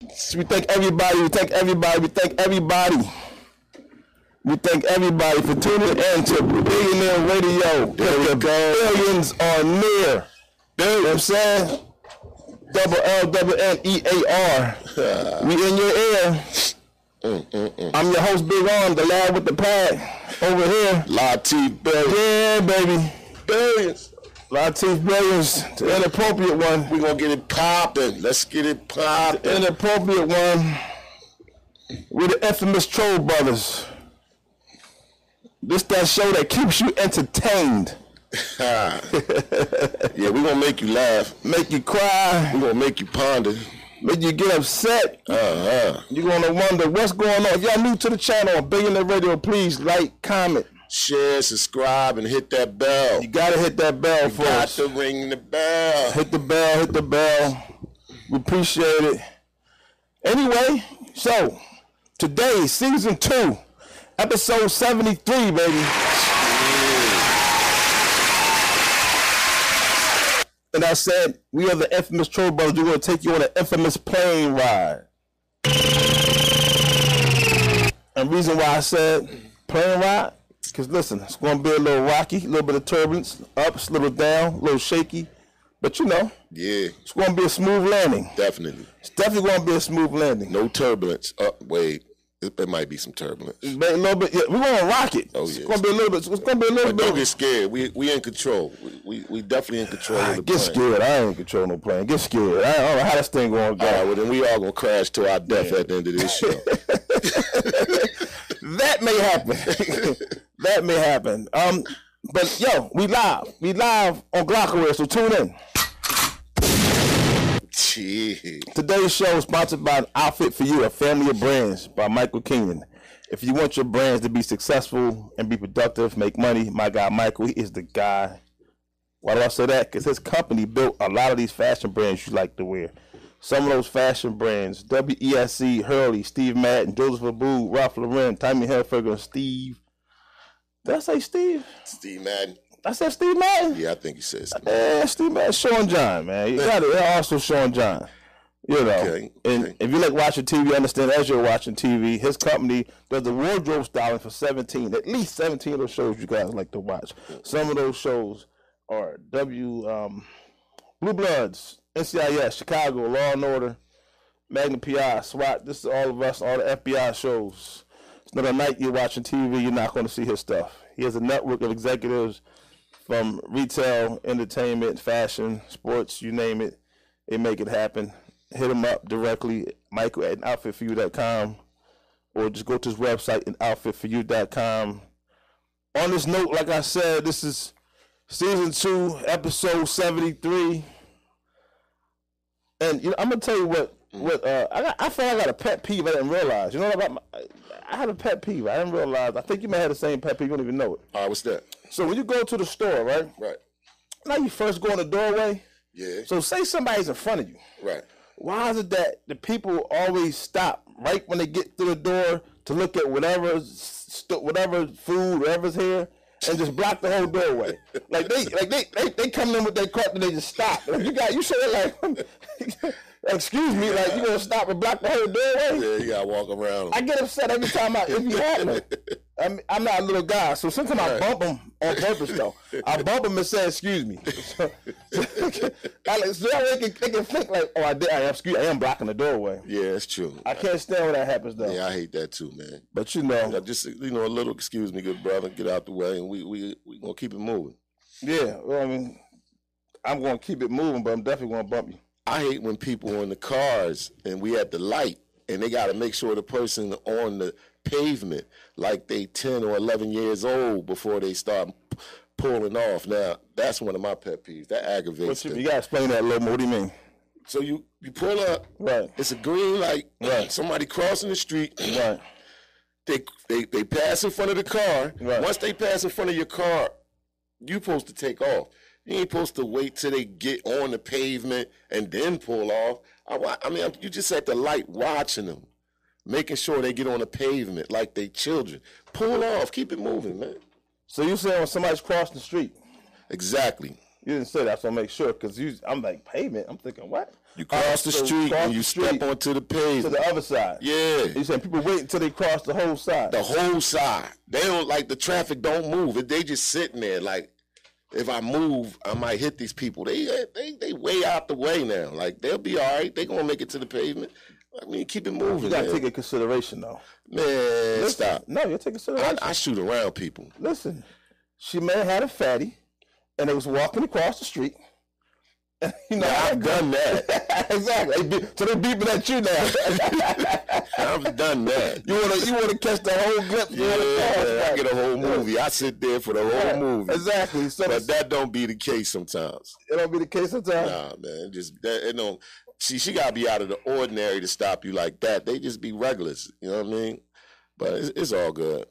we thank everybody. We thank everybody. We thank everybody. We thank everybody for tuning in to Billionaire Radio. There Billions are near. You know what I'm saying? Double L double N E A R. We in your ear. I'm your host, Big Arm, the lad with the pad over here. Latif Billions. Yeah, baby. Billions. Latif Williams, the inappropriate one. We're going to get it popping. Let's get it The popping. inappropriate one. We're the infamous Troll Brothers. This that show that keeps you entertained, Yeah, we're going to make you laugh. make you cry, We're going to make you ponder. make you get upset. Uh-huh. You're gonna wonder what's going on. If y'all new to the channel, Billionaire Radio, please like, comment. Share, subscribe, and hit that bell. You gotta hit that bell for Got us. to ring the bell. Hit the bell, hit the bell. We appreciate it. Anyway, so today, season two, episode 73, baby. And I said, we are the infamous troll brothers. We're gonna take you on an infamous plane ride. And reason why I said plane ride, because listen, it's gonna be a little rocky, a little bit of turbulence, ups, a little down, a little shaky. But you know, Yeah, it's gonna be a smooth landing. definitely. It's definitely gonna be a smooth landing. No turbulence. Uh, wait, it, it might be some turbulence. But a little bit, yeah, we're gonna rock it. Oh, it's yeah. gonna be a little bit. It's gonna be a little But don't bit. get scared. We we in control. We we, we definitely in control of the Ah, Get plane. scared. I ain't control no plane. Get scared. I don't know how this thing gonna go. All right, well then we all gonna crash to our death at the end of this show. that may happen. that may happen. Um, but yo, we live. We live on Glockaware, so tune in. Gee. Today's show is sponsored by an outfit for you, a family of brands by Michael Kenyon. If you want your brands to be successful and be productive, make money, my guy Michael he is the guy. Why do I say that? Because his company built a lot of these fashion brands you like to wear. Some of those fashion brands, WESC, E, Hurley, Steve Madden, Joseph Abu, Ralph Lauren, Tommy Hilfiger, Steve. Did I say Steve? Steve Madden. I said Steve Madden? Yeah, I think he says. Yeah, Steve Madden, Sean John, man. You got it. They're also Sean John. You know, Okay, and okay. if you like watching TV, understand as you're watching TV, his company does the wardrobe styling for 17, at least 17 of those shows you guys like to watch. Some of those shows are W, um, Blue Bloods, NCIS, Chicago, Law and Order, Magna PI, SWAT. This is all of us, all the FBI shows. It's not a night you're watching TV, you're not going to see his stuff. He has a network of executives from retail, entertainment, fashion, sports, you name it. They make it happen. Hit him up directly, Michael at outfitforyou.com, or just go to his website at outfitforyou.com. On this note, like I said, this is season two, episode 73. And you know, I'm gonna tell you what what uh, I got, I thought I got a pet peeve I didn't realize. You know what about my, I had a pet peeve I didn't realize. I think you may have the same pet peeve. You don't even know it. All right, what's that? So when you go to the store, right? Right. Now you first go in the doorway. Yeah. So say somebody's in front of you. Right. Why is it that the people always stop right when they get through the door to look at whatever, st- whatever food, whatever's here, and just block the whole doorway? like they, like they, they, they come in with their cart and they just stop. Like you got, you say it like, excuse me, like you gonna stop and block the whole doorway? Yeah, you gotta walk around. I get upset every time I if you have it. I'm, I'm not a little guy, so sometimes I bump him on purpose though. I bump him and say, "Excuse me." So, I like, so that way they can, they can think like, "Oh, I did. I am, excuse, I am blocking the doorway." yeah, it's true. I can't stand when that happens though. yeah, I hate that too, man. But you I know, just you know a little excuse me, good brother. Get out the way, and we we we gonna keep it moving. yeah. Well, I mean, I'm going to keep it moving, but I'm definitely going to bump you. I hate when people on the cars and we at the light and they got to make sure the person on the pavement like they 10 or 11 years old before they start p- pulling off. Now, that's one of my pet peeves. That aggravates But you, me. you got to explain that a little more. What do you mean? So you you pull up, Right. it's a green light, Right. somebody crossing the street, Right. they, they they pass in front of the car. Right. Once they pass in front of your car, you supposed to take off. You ain't supposed to wait till they get on the pavement and then pull off. I, wa- I mean, you just at the light watching them, making sure they get on the pavement like they children. Pull off, keep it moving, man. So you saying when somebody's crossing the street, Exactly. You didn't say that, so make sure because you. I'm like pavement. I'm thinking what? You cross the so street cross and you the step street onto the To pavement. the other side. Yeah, You saying people wait until they cross the whole side. the whole side. They don't like the traffic. Don't move. They just sitting there like. If I move, I might hit these people. They they they way out the way now. Like they'll be all right. They gonna make it to the pavement. I mean, keep it moving, You gotta man. take in consideration though. man stop. No, you're taking I, consideration. I shoot around people. Listen, she may have had a fatty, and they was walking across the street. you know, I've done that. exactly. They be, so they beeping at you now. I've done that. you wanna you wanna catch the whole glimpse. you Yeah, wanna catch, I right? get a whole movie. I sit there for the whole movie. Exactly. So But that's that don't be the case sometimes. it don't be the case sometimes. Nah, man. it Just that it don't she she gotta be out of the ordinary to stop you like that. They just be regulars. You know what I mean? But it's, it's all good.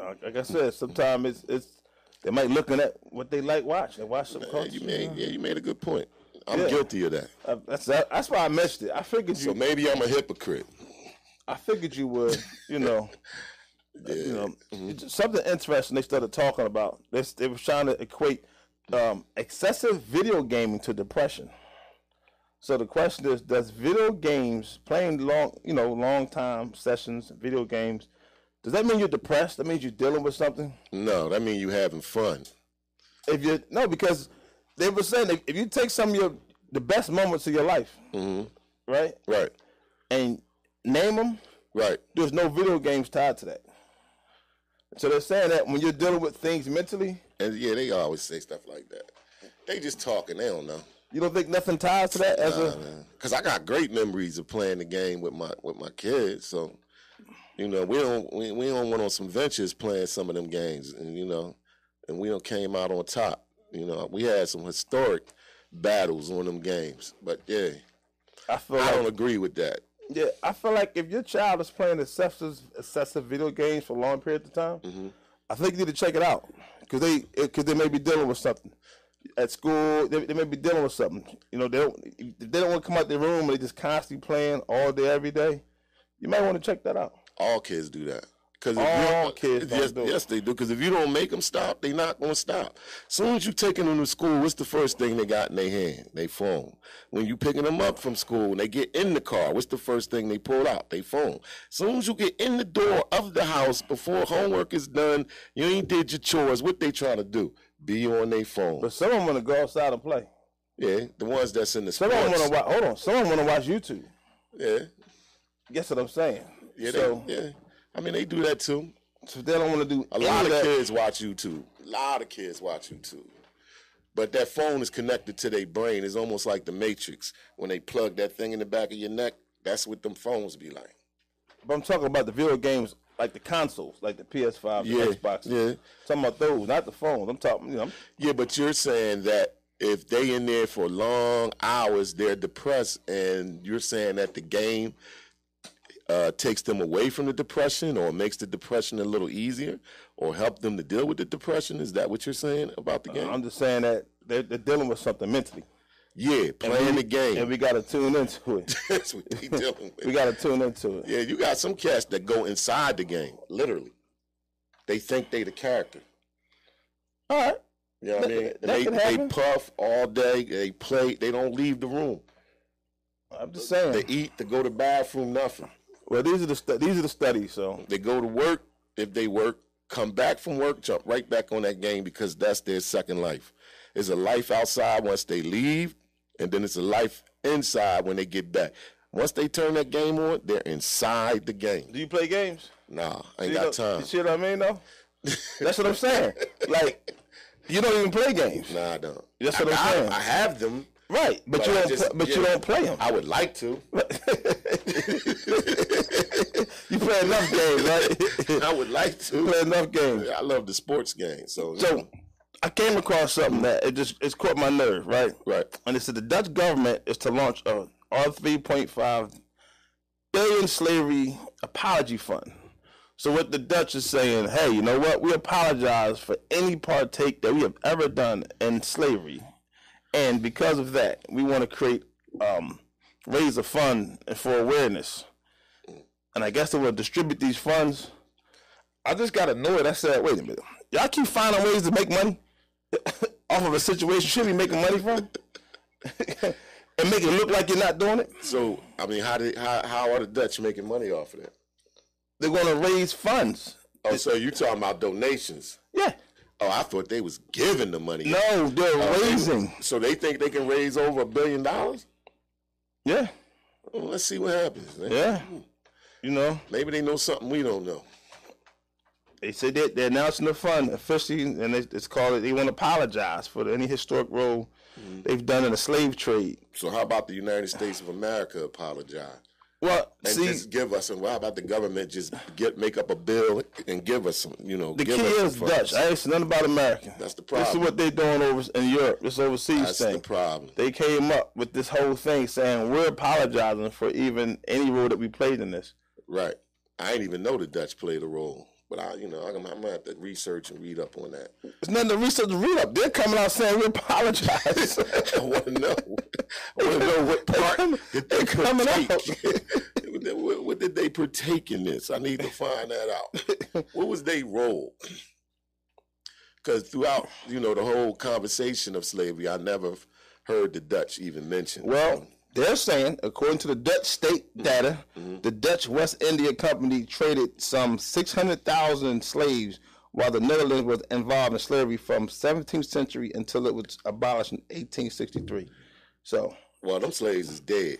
Uh, Like I said, sometimes it's it's they might looking at what they like watch and watch some Yeah, culture. you made yeah, you made a good point. I'm Yeah. guilty of that. Uh, that's that's why I mentioned it. I figured you So maybe I'm a hypocrite. I figured you would, you know, you know, it's just something interesting they started talking about. They, s- they were trying to equate um, excessive video gaming to depression. So the question is, does video games playing long, you know, long time sessions, video games, does that mean you're depressed? That means you're dealing with something. No, that means you having fun. If you no, because they were saying that if you take some of your the best moments of your life, right, Right. and name them, Right. there's no video games tied to that. So they're saying that when you're dealing with things mentally, And yeah, they always say stuff like that. They just talking, they don't know. you don't think nothing ties to that as a Cause I got great memories of playing the game with my with my kids. So, you know, we don't we, we don't went on some ventures playing some of them games, and you know, and we don't came out on top. You know, we had some historic battles on them games. But yeah, I feel I don't like agree with that. yeah, I feel like if your child is playing excessive excessive video games for long periods of time, I think you need to check it out because they because they may be dealing with something at school. They, they may be dealing with something. You know, they don't if they don't want to come out their room and they just constantly playing all day every day. You might want to check that out. All kids do that. Cause if All you, kids don't yes, do it. yes, they do. Because if you don't make them stop, they not gonna stop. soon as you taking them to school, what's the first thing they got in their hand? They phone. When you picking them up from school, and they get in the car, what's the first thing they pull out? They phone. soon as you get in the door of the house before homework is done, you ain't did your chores. What they trying to do? Be on their phone. But someone want to go outside and play. Yeah, the ones that's in the Someone want to sports. watch. Hold on. Someone want to watch YouTube. Yeah, Guess what I'm saying? yeah, they, so, yeah. I mean, they do that too. so they don't want to do A lot of that. kids watch YouTube. A lot of kids watch YouTube. But that phone is connected to their brain. It's almost like the Matrix. When they plug that thing in the back of your neck, that's what them phones be like. But I'm talking about the video games, like the consoles, like the PS5, the Yeah, Xbox. yeah. Talking about those, not the phones. I'm talking, you know, I'm- Yeah, but you're saying that if they in there for long hours, they're depressed, and you're saying that the game uh, takes them away from the depression, or makes the depression a little easier, or help them to deal with the depression. Is that what you're saying about the game? Uh, I'm just saying that they're, they're dealing with something mentally, yeah, playing the game. and we got to tune into it. that's what they dealing with. We got to tune into it. Yeah, you got some cats that go inside the game, literally. They think they the character. All right. You know what I That- mean? And that they, could they happen. puff all day, they play, they don't leave the room. I'm just They saying. eat, they go to bathroom, nothing. Well, these are the stu- these are the studies. So They go to work, if they work, come back from work, jump right back on that game because that's their second life. It's a life outside once they leave, and then it's a life inside when they get back. Once they turn that game on, they're inside the game. do you play games? Nah, I ain't You got know- time. You see what I mean, though? That's what I'm saying. Like, you don't even play games, Nah, I don't. That's what I, I'm I- saying. I have them. right? But, But you I don't. just- pl- but yeah. you don't play them. I would like to. You play enough games, right? I would like you to. play enough games. I love the sports game. So, So I came across something that it just it's caught my nerve, right? right. And it said the Dutch government is to launch a R three point five billion slavery apology fund. So what the Dutch is saying, hey, you know what? We apologize for any partake that we have ever done in slavery, and because of that, we want to create um, raise a fund for awareness. And I guess they will distribute these funds. I just got annoyed. I said, wait a minute, y'all keep finding ways to make money. off of a situation you should be making money from, and make it look like you're not doing it. So I mean, how did how, how are the Dutch making money off of that? They're going to raise funds. Oh, so you talking about donations? Yeah. Oh, I thought they was giving the money. No, they're raising. So Oh, they think they can raise over a billion dollars? Yeah. Well, let's see what happens. man. Yeah. You know, Maybe they know something we don't know. they said that they're announcing the fund officially, and they, it's called. They want to apologize for any historic role Mm-hmm. they've done in the slave trade. So how about the United States of America apologize? Well, And see, just give us some. Well, how about the government just get make up a bill and give us some? You know, the give key us some is funds. Dutch. I ain't said nothing about America. That's the This is problem. what they're doing over in Europe. This overseas That's thing. the problem. they came up with this whole thing saying we're apologizing for even any role that we played in this. Right. I didn't even know the Dutch played a role, but I, you know, I'm, I'm gonna have to research and read up on that. It's nothing to research to read up. They're coming out saying we apologize. I want to know. I want to know what part did they They coming out. partake. what, what- what did they partake in this? I need to find that out. What was their role? Because throughout, you know, the whole conversation of slavery, I never heard the Dutch even mentioned. well, they're saying, according to the Dutch state data, the Dutch West India Company traded some 600,000 slaves while the Netherlands was involved in slavery from 17th century until it was abolished in 1863. So, well, them slaves is dead.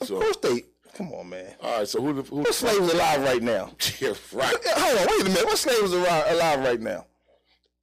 of So, course they, come on, man. all right. So who the who? What slave is alive right now? Yeah, right. Yeah, Hold on, wait a minute. What slave is alive, alive right now?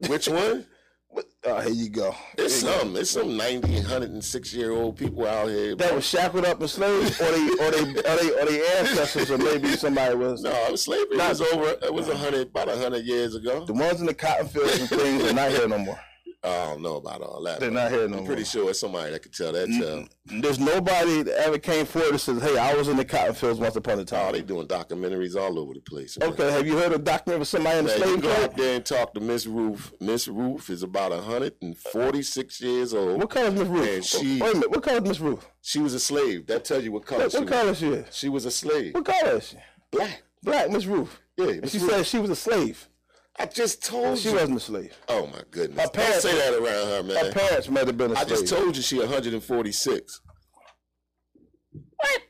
Which one? What, oh, here you go. It's some. It's some 90, 106 year old people out here. That was shackled up and slaves, or they, or they, or they, or they ancestors, or maybe somebody was. No, slavery was over. It was a hundred, about a hundred years ago. The ones in the cotton fields and things are not here no more. I don't know about all that. They're but not here no I'm more. pretty sure it's somebody that could tell that. Tell. There's nobody that ever came forward and says, "Hey, I was in the cotton fields once upon a Oh, time." they doing documentaries all over the place. man. Okay, have you heard of document of somebody in the Man, you slave go out trade? there and talk to Miss Roof. Miss Roof is about hundred and forty-six years old. What color is Miss Man, Ruth? she- Wait a minute. What color is Miss Ruth? She was a slave. That tells you what color What, she what was. color she is? She was a slave. What color is she? Black. Black Miss Ruth. Yeah, And Miss she Roof. said she was a slave. I just told She you. wasn't a slave. Oh my goodness! Don't parents- say that around her, man. Her parents might have been a I slave. just told you she 146. What?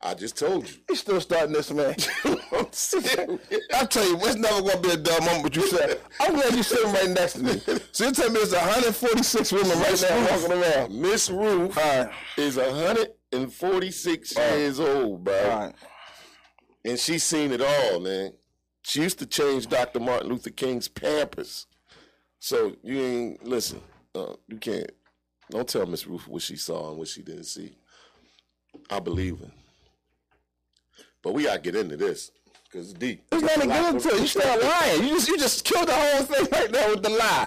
I just told you. You still starting this, man? I'm serious. I tell you, it's never gonna be a dull moment. But you said, I'm glad you're sitting right next to me. So you tell me there's 146 women right now walking around. Miss Roof All right, is 146 years old, bro. all right. And she's seen it all, man. She used to change Dr. Martin Luther King's Pampers. So you ain't listen. Uh, you can't. Don't tell Miss Roof what she saw and what she didn't see. I believe her. But we gotta get into this because it's deep. There's nothing good to it. You start lying. You just you just killed the whole thing right now with the lie.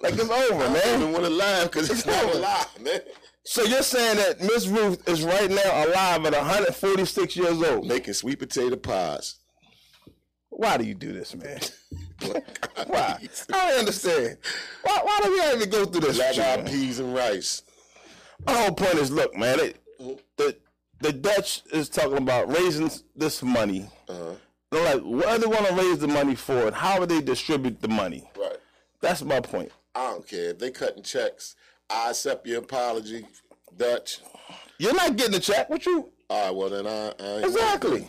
Like it's over, I man. don't even want to lie because it's not a lie, man. So you're saying that Miss Ruth is right now alive at 146 years old. Making sweet potato pies. Why do you do this, man? Why? I don't understand. Why, why do we even go through this? with you, man? Black-eyed peas and rice. My whole point is, look, man, it, Mm-hmm. the the Dutch is talking about raising this money. Uh-huh. They're like, what do they want to raise the money for, and how do they distribute the money? Right. That's my point. I don't care if they cutting checks. I accept your apology, Dutch. You're not getting a check, with you All right, well then I, I ain't exactly.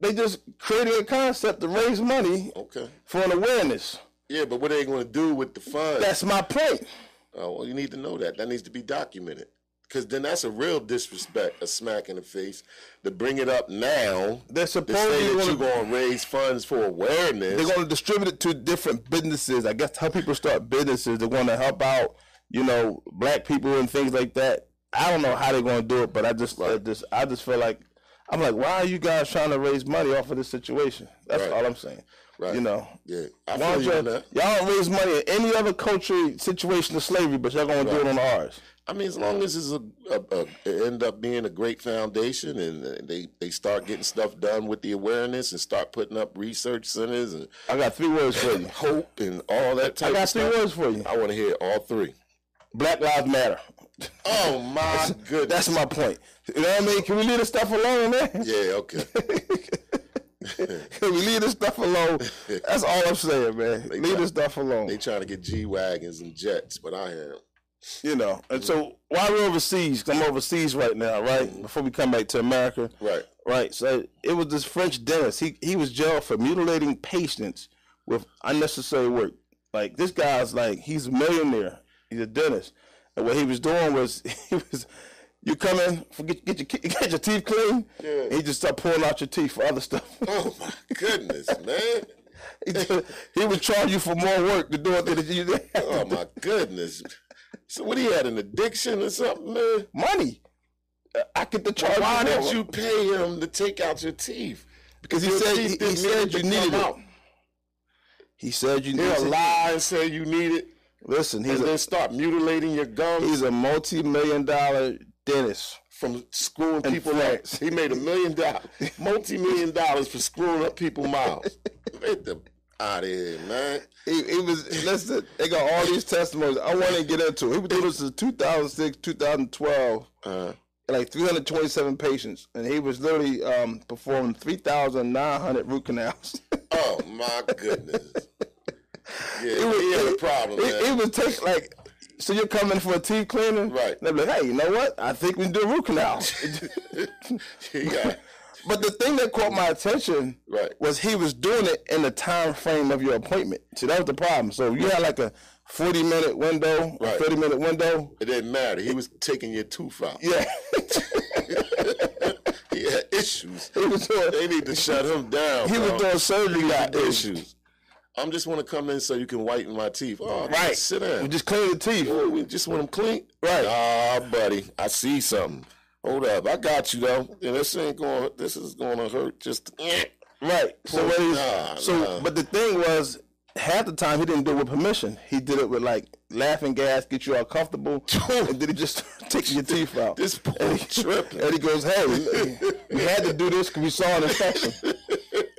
They just created a concept to raise money Okay. for an awareness. Yeah, but what are they going to do with the funds? That's my point. oh, well, you need to know that. That needs to be documented. Because then that's a real disrespect, a smack in the face. To bring it up now, They're to say supposedly that you're gonna, going to raise funds for awareness. they're going to distribute it to different businesses. I guess help people start businesses. They're going to help out, you know, black people and things like that. I don't know how they're going to do it, but I just, I just, I just feel like I'm like, why are you guys trying to raise money off of this situation? That's Right. all I'm saying. Right. You know, yeah, I Why feel don't you on y'all, that. y'all don't raise money in any other culture situation of slavery, but y'all gonna do it on ours. I mean, as long as it's a, a, a it end up being a great foundation, and uh, they they start getting stuff done with the awareness, and start putting up research centers and I got three words for you. hope and all that type I got of three stuff. words for you. I want to hear all three. Black Lives Matter. Oh my goodness! That's my point. You know what I mean? Can we leave this stuff alone, man? Yeah, okay. Can we leave this stuff alone? That's all I'm saying, man. They leave try- this stuff alone. They trying to get G wagons and jets, but I am. you know. And so while we're overseas, 'cause I'm overseas right now, right? Before we come back to America, Mm-hmm. Right. right? So it was this French dentist. He he was jailed for mutilating patients with unnecessary work. Like this guy's like he's a millionaire. He's a dentist, and what he was doing was he was. You come in, forget, get your ki- get your teeth clean. Yeah. And he just start pulling out your teeth for other stuff. Oh my goodness, man. he, just- he would charge you for more work to do it than you did. Oh my goodness. So what he had an addiction or something, man? Money. Uh, I get to charge. Why you did more. you pay him to take out your teeth? Because he Your said he, teeth he didn't need said you to needed come it. out. He said you needed He'll it. lie and say you need it, Listen, he's and a, then start mutilating your gums he's a multi-million dollar dentist. from screwing In people up. France. He made a million dollars, multi-million dollars for screwing up people mouths. Get the out of here, man. He, he was listen. They got all these testimonies. I want to get into. it. He was doing this since 2006, 2012, Uh, and like 327 patients, and he was literally um, performing 3,900 root canals. oh my goodness. Yeah, It was- he had a it- problem, It, man. it would take like, so you're coming for a teeth cleaner, Right. They're like, hey, you know what? I think we can do root canal. he got but the thing that caught my attention right. was he was doing it in the time frame of your appointment. See, that was the problem. So you had like a 40 minute window, Right. 30 minute window. It didn't matter. He was taking your tooth out. Yeah, He had issues. he was doing They need to shut him down. he bro. was doing surgery like this. issues. I'm just want to come in so you can whiten my teeth. Oh, Right. Sit We down. just clean the teeth. Ooh, we just want them clean. Right. Ah, buddy, I see something. Hold up, I got you though. Yeah, this ain't going. This is going to hurt. Just eh. Right. So what he- Nah, so nah. but the thing was half the time he didn't do it with permission. He did it with like laughing gas, get you all comfortable, and then he just takes your teeth out. this and poor he, tripping. and he goes, "Hey, look, we had to do this because we saw an infection."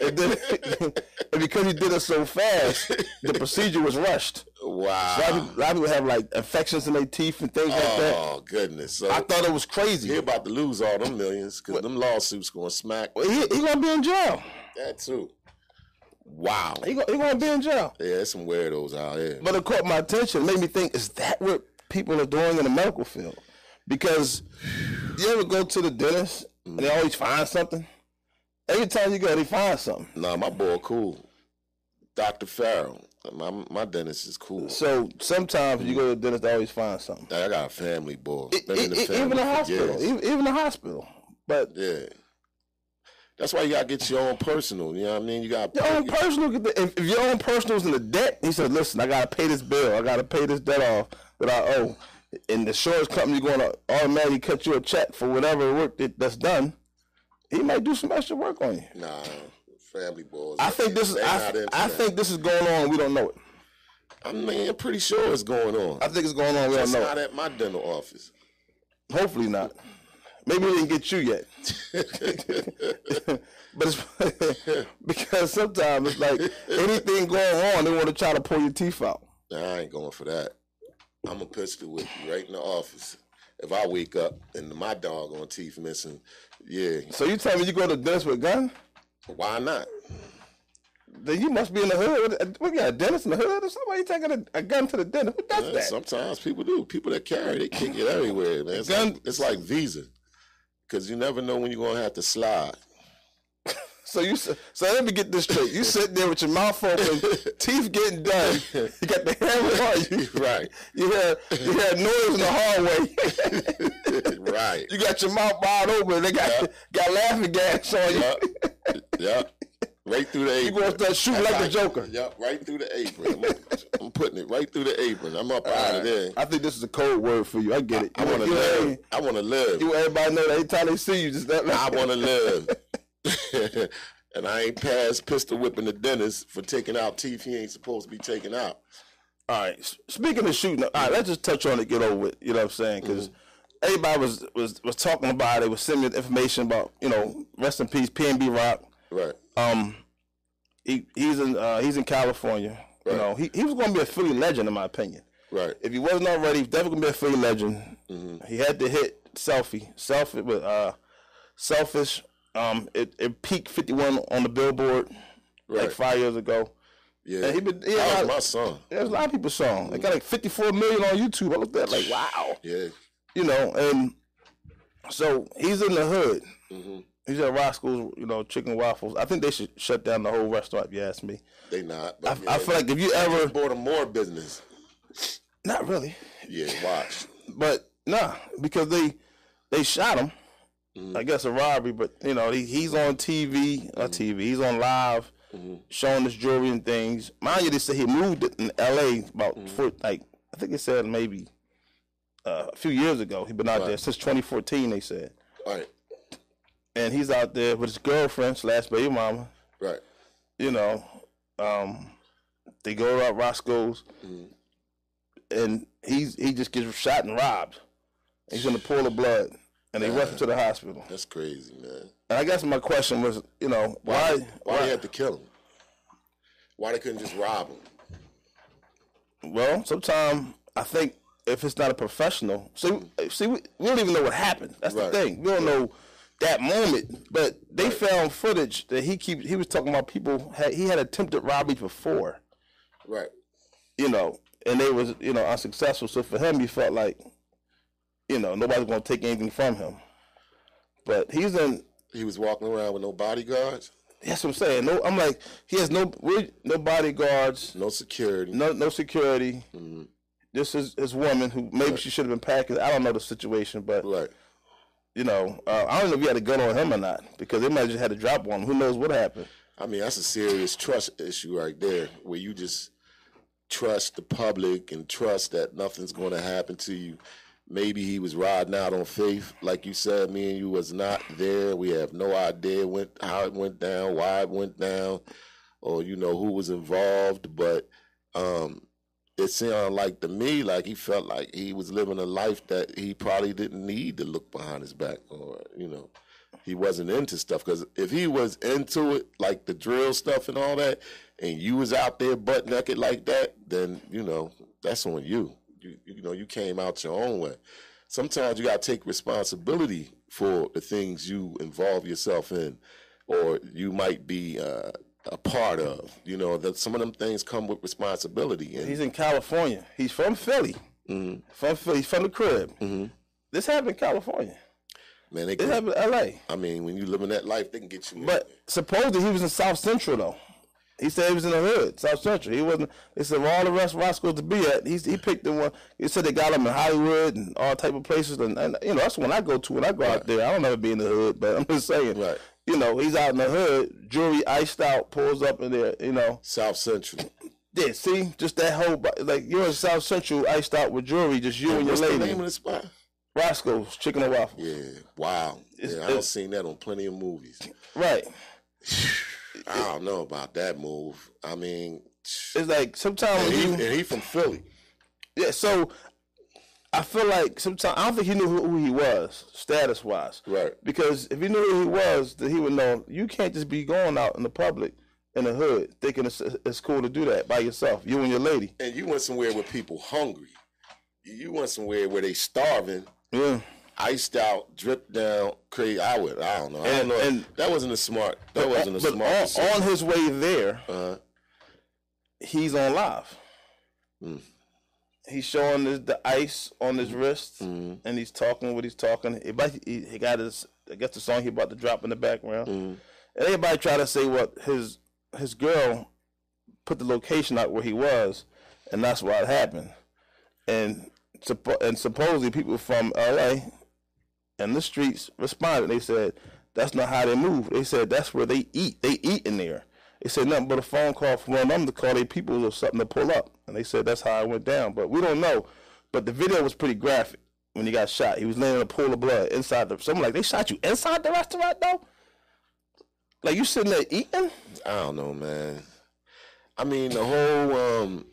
And then, and because he did it so fast, the procedure was rushed. A lot, of Wow. people, a lot of people have like infections in their teeth and things like that. Oh goodness. So I thought it was he crazy. about to lose all them millions because them lawsuits going to smack He, he gonna be in jail. that too. Wow. He gonna, he gonna be in jail. Yeah, there's some weirdos out here. But it caught my attention, made me think, is that what people are doing in the medical field? Because you ever go to the dentist and they always find something? Every time you go, they find something. Nah, my boy cool. Dr. Farrell. My, my dentist is cool. So sometimes you go to the dentist, they always find something. I got a family boy. E- Been in the e- family even the for hospital. years. Even, even the hospital. But Yeah. That's why you gotta get your own personal. You know what I mean? You gotta your own personal, if, if your own personal's in the debt, he said, listen, I got to pay this bill. I got to pay this debt off that I owe. And the insurance company going to automatically cut you a check for whatever work that, that's done. He might do some extra work on you. nah. Family boys. I think this is. they I, not into I that. think this is going on. We don't know it. I mean, I'm pretty sure it's going on. I think it's going on. We don't It's know. not It. at my dental office. Hopefully not. Maybe we didn't get you yet. but it's because sometimes it's like anything going on, they want to try to pull your teeth out. Nah, I ain't going for that. I'm a pistol with you right in the office. If I wake up and my dog on teeth missing, yeah, So you tell me you go to the dentist with a gun? why not? Then you must be in the hood. We got a dentist in the hood or somebody you taking a, a gun to the dentist. Who does Yeah, that? Sometimes people do. People that carry, they kick it everywhere, man. It's, Gun- like, it's like Visa, because you never know when you're gonna have to slide. So you s- so let me get this straight. You sit there with your mouth open, teeth getting done. You got the hammer on you. right, You hear you hear noise in the hallway. right. you got your mouth wide open. They got Yeah. got laughing gas on you. Yup, yup. Right through the You apron. gonna start shooting like the Joker. Yup, right through the apron. I'm, I'm putting it right through the apron. I'm up out of there. I think this is a code word for you. I get it. I want to you, live. ain't- I want to live. You everybody know that anytime they see you, just that. I want to live. and I ain't past pistol whipping the dentist for taking out teeth he ain't supposed to be taking out. All right. s- Speaking of shooting, all right, let's just touch on it, get over it. You know what I'm saying? Because Mm-hmm. everybody was, was was talking about it. Was sending me information about you know rest in peace PNB Rock. Right. Um, he he's in uh, he's in California. You Right. know he he was going to be a Philly legend in my opinion. Right. If he wasn't already, he's definitely going to be a Philly Mm-hmm. legend. He had to hit selfie, selfie with uh, selfish Um, it, it peaked 51 on the Billboard like Right. five years ago. Yeah. And he been he that had a was lot- my song. there's a lot of people's song. They got like 54 million on YouTube. I looked at it like, wow, Yeah. you know. And so he's in the hood. hmm He's at Roscoe's, you know, chicken waffles. I think they should shut down the whole restaurant. If you ask me, They not. I, But yeah, I feel like if you they ever, bought him more business. not really, Yeah, watch. but nah, because they they shot him. Mhm. I guess a robbery, but you know he, he's on TV, not TV. He's on live, Mm-hmm. showing his jewelry and things. Mind you, they say he moved it in L.A. about for, like I think it said maybe uh, a few years ago. He's been out there Right. since 2014. They said, All right. and he's out there with his girlfriend slash baby mama. Right. you know, um, they go out Roscoe's, Mm-hmm. and he's he just gets shot and robbed. He's in a pool of blood, and they rush him to the hospital. That's crazy, man. And I guess my question was, you know, why? Why they had to kill him? Why they couldn't just rob him? Well, sometimes I think if it's not a professional, see, see, we, we don't even know what happened. That's Mm-hmm. Right. the thing. We don't know that moment, but they found footage that he keep. He was talking about people. Had, he had attempted robberies before. Right. you know, and they was, you know, unsuccessful. So for him, he felt like, you know, nobody's gonna take anything from him. But he's in. He was walking around with no bodyguards, That's what I'm saying. No, I'm like, he has no we're- no bodyguards, no security. no no security. This is his woman who maybe she should have been packing. I don't know the situation, but Right. you know, uh, I don't know if he had a gun on him or not because they might have just had a drop on him. Who knows what happened? I mean, that's a serious trust issue right there, where you just trust the public and trust that nothing's going to happen to you. Maybe he was riding out on faith, like you said. Me and you was not there. We have no idea went how it went down, why it went down, or you know who was involved. But um, it sounded like to me like he felt like he was living a life that he probably didn't need to look behind his back, or you know he wasn't into stuff because if he was into it, like the drill stuff and all that, and you was out there butt naked like that, then you know that's on you. You you know you came out your own way. Sometimes you gotta take responsibility for the things you involve yourself in, or you might be uh, a part of. You know that some of them things come with responsibility. And He's in California. He's from Philly. From Philly. He's from the crib. This happened in California. man, they It can, happened in L.A. I mean, when you living that life, they can get you. But supposedly he was in South Central though. He said he was in the hood, South Central. He wasn't. They said where all the rest Roscoe's to be at. He he picked the one. He said they got him in Hollywood and all type of places. And, and, you know that's when I go to when I go out there. I don't ever be in the hood, but I'm just saying. Right. You know he's out in the hood, jewelry iced out, pulls up in there. You know. South Central. Yeah. See, just that whole bo- like you're in South Central, iced out with jewelry, just you and your What's the name lady. of the spot? Roscoe's chicken and waffles. Yeah, wow. Yeah, I it's- don't seen that on plenty of movies. Right. I don't know about that move. I mean, It's like sometimes and when he, you and he from Philly. Yeah, so I feel like sometimes I don't think he knew who, who he was, status wise. Right. Because if he knew who he was, then he would know you can't just be going out in the public in the hood thinking it's, it's cool to do that by yourself, you and your lady. And you went somewhere where people hungry. You went somewhere where they starving, Yeah. iced out, dripped down, crazy. I would, I don't know. I And- don't know. and- that wasn't a smart. That wasn't a but smart. decision. on, on his way there, uh, he's on live. Mm. He's showing his, the ice on his wrist, Mhm. and he's talking what he's talking. Everybody, he, he got his, I guess the song he about to drop in the background. Mhm. And everybody try to say what his his girl put the location out where he was, and that's why it happened. And suppo- and supposedly people from L.A. and the streets responded. They said that's not how they move. They said that's where they eat. They eat in there. They said nothing but a phone call from one of them to call their people or something to pull up. And they said that's how it went down. But we don't know. But the video was pretty graphic when he got shot. He was laying in a pool of blood inside the. Someone like they shot you inside the restaurant though. Like you sitting there eating. I don't know, man. I mean, the whole um,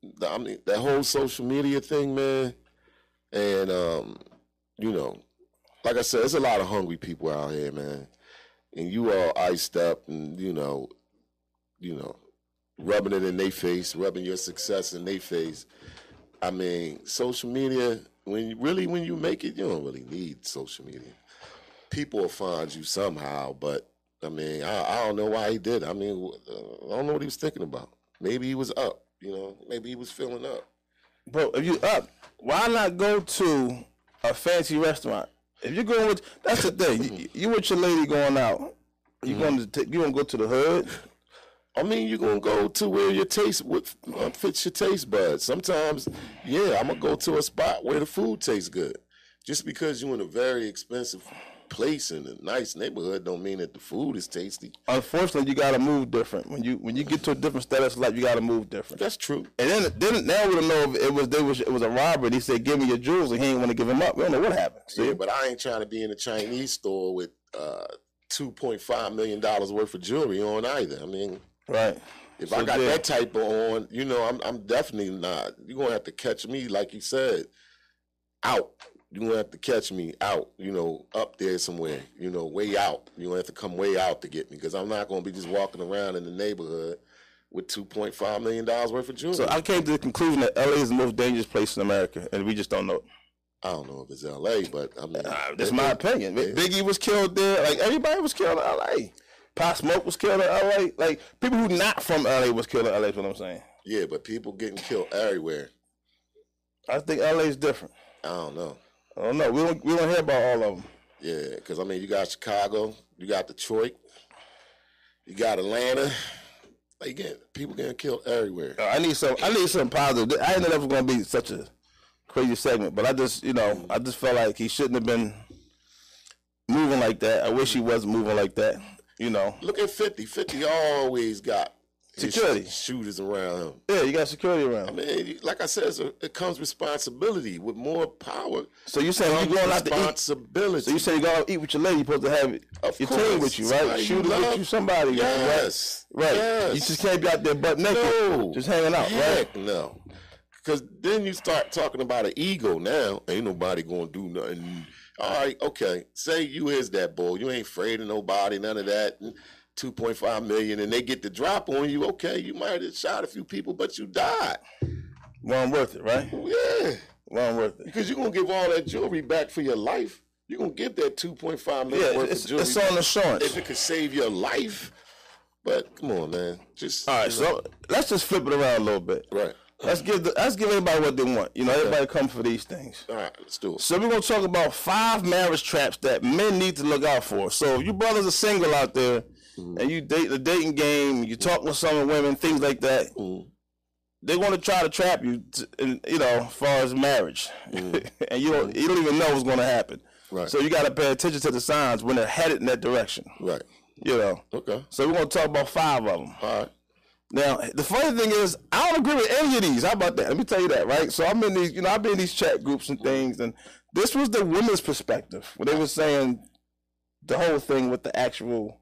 the, I mean, that whole social media thing, man, and um, you know, like I said, there's a lot of hungry people out here, man, and you all iced up, and you know, you know, rubbing it in their face, rubbing your success in their face. I mean, social media. When you, really, when you make it, you don't really need social media. people will find you somehow. But I mean, I, I don't know why he did. it. I mean, wh- uh, I don't know what he was thinking about. Maybe he was up. You know, maybe he was feeling up. Bro, if you up, why not go to a fancy restaurant? If you're going with, that's the thing. You, you with your lady going out. You going to take, you gonna go to the hood? I mean, you're gonna go to where your taste what uh, fits your taste buds. Sometimes, yeah, I'm gonna go to a spot where the food tastes good. Just because you're in a very expensive place in a nice neighborhood, don't mean that the food is tasty. Unfortunately, you gotta move different. When you when you get to a different status of life, you gotta move different. That's true. And then then now we don't know if it was they was it was a robbery. He said, "Give me your jewels," and he ain't want to give him up. We don't know what happened. See, Yeah, but I ain't trying to be in a Chinese store with uh, two point five million dollars worth of jewelry on either. I mean, right? if So I got then- that type of on, you know, I'm I'm definitely not. You're gonna have to catch me, like you said, out. You're gonna have to catch me out. You know, up there somewhere. You know, way out. You're gonna have to come way out to get me because I'm not gonna be just walking around in the neighborhood with two point five million dollars worth of jewelry. So I came to the conclusion that LA is the most dangerous place in America, and we just don't know. it. I don't know if it's L.A., but I mean, Uh, that's my opinion. Big- Biggie was killed there. Like everybody was killed in LA. Pop Smoke was killed in LA. Like people who not from LA was killed in LA. Is what I'm saying. yeah. But people getting killed everywhere. I think LA is different. I don't know. I don't know. We don't we don't hear about all of them. Yeah, because I mean, you got Chicago, you got Detroit, you got Atlanta. Like, again, people getting killed everywhere. Uh, I need some. I need some positive. I didn't know that was gonna be such a crazy segment, but I just, you know, I just felt like he shouldn't have been moving like that. I wish he wasn't moving like that. You know. Look at 50. 50 always got his Security. shooters around him. Yeah, you got security I around. mean, you- like I said, it's a- it comes responsibility with more power. So you saying comes you going out to eat? responsibility. So you saying you go out to eat with your lady? You supposed to have Of your course. team with you, right? Somebody you Shooting with love. you, somebody, yes. right? Right. Yes. You just can't be out there butt naked, No. just hanging out, right? Heck no. Because then you start talking about an ego now. Ain't nobody going to do nothing. All right, okay. Say you is that boy. You ain't afraid of nobody, none of that. 2.5 million, and they get the drop on you. Okay, you might have shot a few people, but you died. Wasn't worth it, right? Yeah. Wasn't worth it. Because you're going to give all that jewelry back for your life. You're going to get that 2.5 million Yeah, worth it's, of jewelry it's on insurance. if it could save your life. But come on, man. Just. All right, you know, so let's just flip it around a little bit. Right. Let's give the, let's give everybody what they want. You know, everybody come for these things. All right, let's do it. So we're gonna talk about five marriage traps that men need to look out for. So if you brothers are single out there, and you date the dating game, you talk with some women, things like that. They want to try to trap you, t in, you know, as far as marriage, and you don't you don't even know what's gonna happen. Right. So you gotta pay attention to the signs when they're headed in that direction. Right. You know. Okay. So we're gonna talk about five of them. All right. Now, the funny thing is, I don't agree with any of these. How about that? Let me tell you that, right? So I'm in these, you know, I've been in these chat groups and things, and this was the women's perspective where they were saying the whole thing with the actual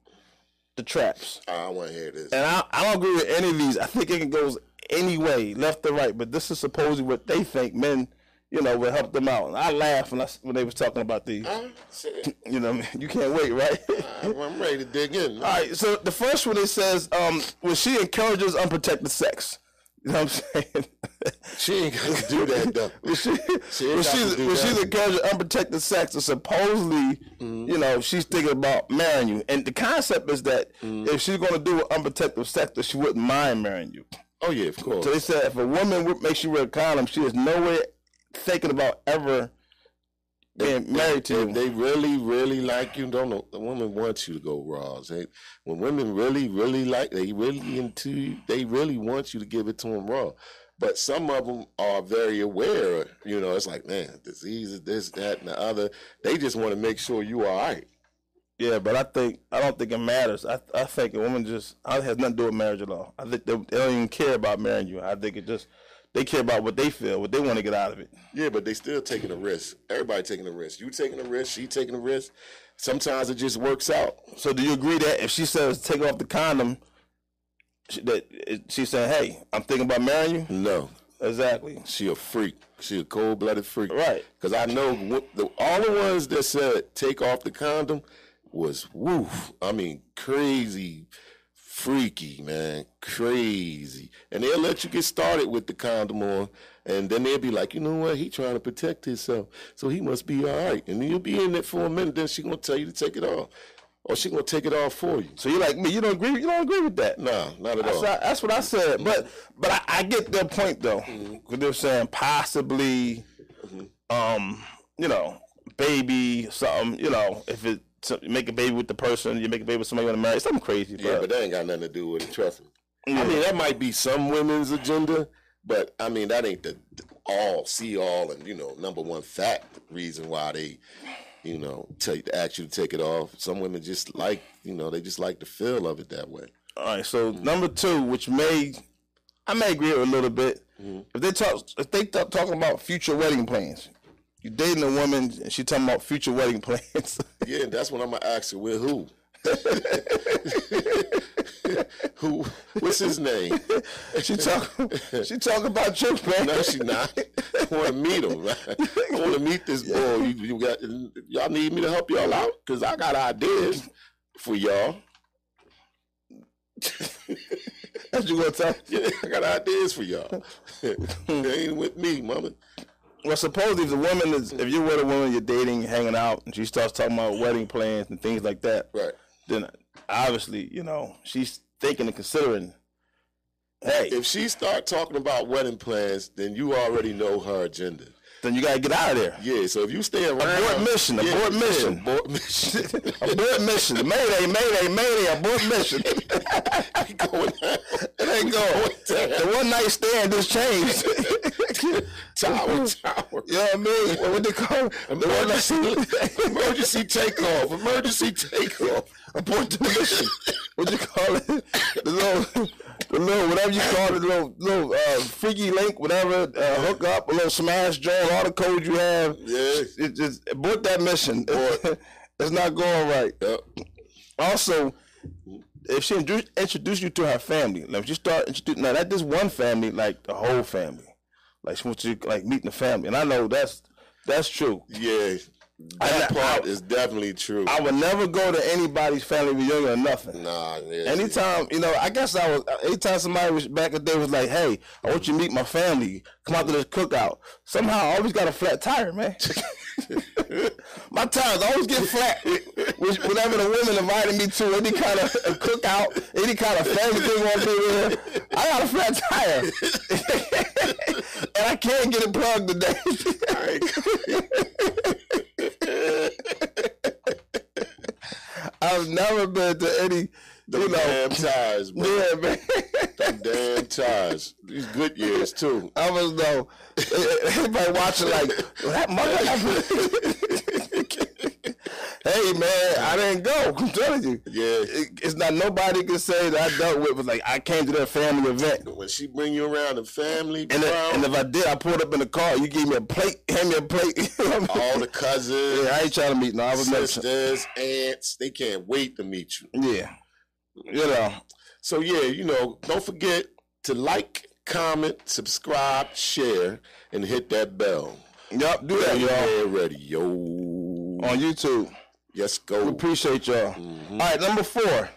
the traps. I want to hear this. And I, I don't agree with any of these. I think it goes any way, left or right. But this is supposedly what they think men, you know, would help them out. And I laugh when I s when they was talking about these. All right, shit. You know, what I mean? you can't wait, right? I'm I'm ready to dig in. All right, so the first one it says, um, well, she encourages unprotected sex. You know what I'm saying? She ain't gonna do that though. when she, when got to she's, do when that. Mm-hmm. she's encouraging unprotected sex, and supposedly, you know, she's thinking about marrying you. And the concept is that Mm-hmm. if she's going to do unprotected sex, that she wouldn't mind marrying you. Oh yeah, of course. So they said if a woman would make you wear a condom, she is nowhere thinking about ever being married to If you. they really, really like you, don't know. The women want you to go raw. They, when women really, really like, they really into you. They really want you to give it to them raw. But some of them are very aware. You know, it's like, man, diseases, this, that, and the other. They just want to make sure you are all right. Yeah, but I think I don't think it matters. I I think a woman just I has nothing to do with marriage at all. I think they, they don't even care about marrying you. I think it just they care about what they feel, what they want to get out of it. Yeah, but they still taking a risk. Everybody taking a risk. You taking a risk. She taking a risk. Sometimes it just works out. So do you agree that if she says take off the condom, she, that it- she's saying, "Hey, I'm thinking about marrying you"? No, Exactly. She a freak. She a cold blooded freak. Right. Because I know what the, all the ones that said take off the condom was woof. I mean, crazy freaky, man, crazy. And they'll let you get started with the condom on, and then they'll be like, you know what? He trying to protect himself, so he must be all right. And then you'll be in it for a minute. Then she gonna tell you to take it off, or she gonna take it off for you. So you're like me. You don't agree. You don't agree with that. No, not at That's, all. not- that's what I said. But but I, I get their point though. Mm-hmm. 'Cause they're saying possibly, um, you know, baby something. You know, if it so you make a baby with the person, you make a baby with somebody you want to marry. Something crazy. yeah, but, but that ain't got nothing to do with it. Trust me. Yeah. I mean, that might be some women's agenda, but I mean, that ain't the the all see all and you know number one fact reason why they, you know, take ask you to take it off. Some women just like you know they just like the feel of it that way. all right. Mm-hmm. So number two, which may I may agree with a little bit. Mm-hmm. If they talk, if they talk, talking about future wedding plans, you dating a woman and she talking about future wedding plans. Yeah, and that's when I'm gonna ask you with who. who? What's his name? she talk, she talking about your plan. No, she not. I want to meet him. I want to meet this boy. You, you got y'all need me to help y'all out because I got ideas for y'all. That's you gonna tell. Yeah, I got ideas for y'all. they ain't with me, mama. Well, suppose if the woman is, if you're with a woman you're dating, hanging out, and she starts talking about wedding plans and things like that, Right. then obviously, you know, she's thinking and considering. Hey, If she start talking about wedding plans, then you already know her agenda. then you gotta get out of there. Yeah. So if you stay around, Abort mission, Yeah, abort yeah, mission. abort mission. Abort mission, mayday, mayday, mayday, abort mission. it going ain't going. The one night stand just changed. tower, tower. you know what I mean? What they call it? the one night Emergency, emergency takeoff. Emergency takeoff. abort the mission. What you call it? The little, the little, whatever you call it, the little, little uh, freaky link, whatever, uh, hook up, a little smash joint, all the code you have. Yeah. It just abort that mission. it's not going right. Yep. Also, if she introduce, introduce you to her family, like if she start introducing, now that this one family, like the whole family, like she wants you like meeting the family, and I know that's that's true. Yeah. I- That part I- is definitely true. I would never go to anybody's family reunion or nothing. nah. Yeah, Anytime, you know, I guess I was, anytime somebody was back in the day was like, hey, I want you to meet my family, come out to this cookout. Somehow I always got a flat tire, man. my tires always get flat. Which, whenever the women invited me to any kind of a cookout, any kind of family thing want to be with, I got a flat tire. and I can't get it plugged today. I've never been to any, you know, damn tires, bro. yeah, man. Them damn tires. These good years too. I was though. Everybody watching like "Well, that motherfucker. hey man, I didn't go. I'm telling you, Yeah. It- it's not nobody can say that I dealt with was like I came to that family event. When she bring you around the family, And, bro, if- and if I did, I pulled up in the car. You gave me a plate, hand me a plate. You know what I mean? all the cousins, yeah, I ain't trying to meet. No, I was never. try- sisters, aunts, they can't wait to meet you. Yeah, you know. So yeah, you know, don't forget to like, comment, subscribe, share, and hit that bell. Yup, do that, y'all. Yeah, ready, yo. On YouTube. Yes, go. Mm-hmm. Appreciate y'all. All right, number four.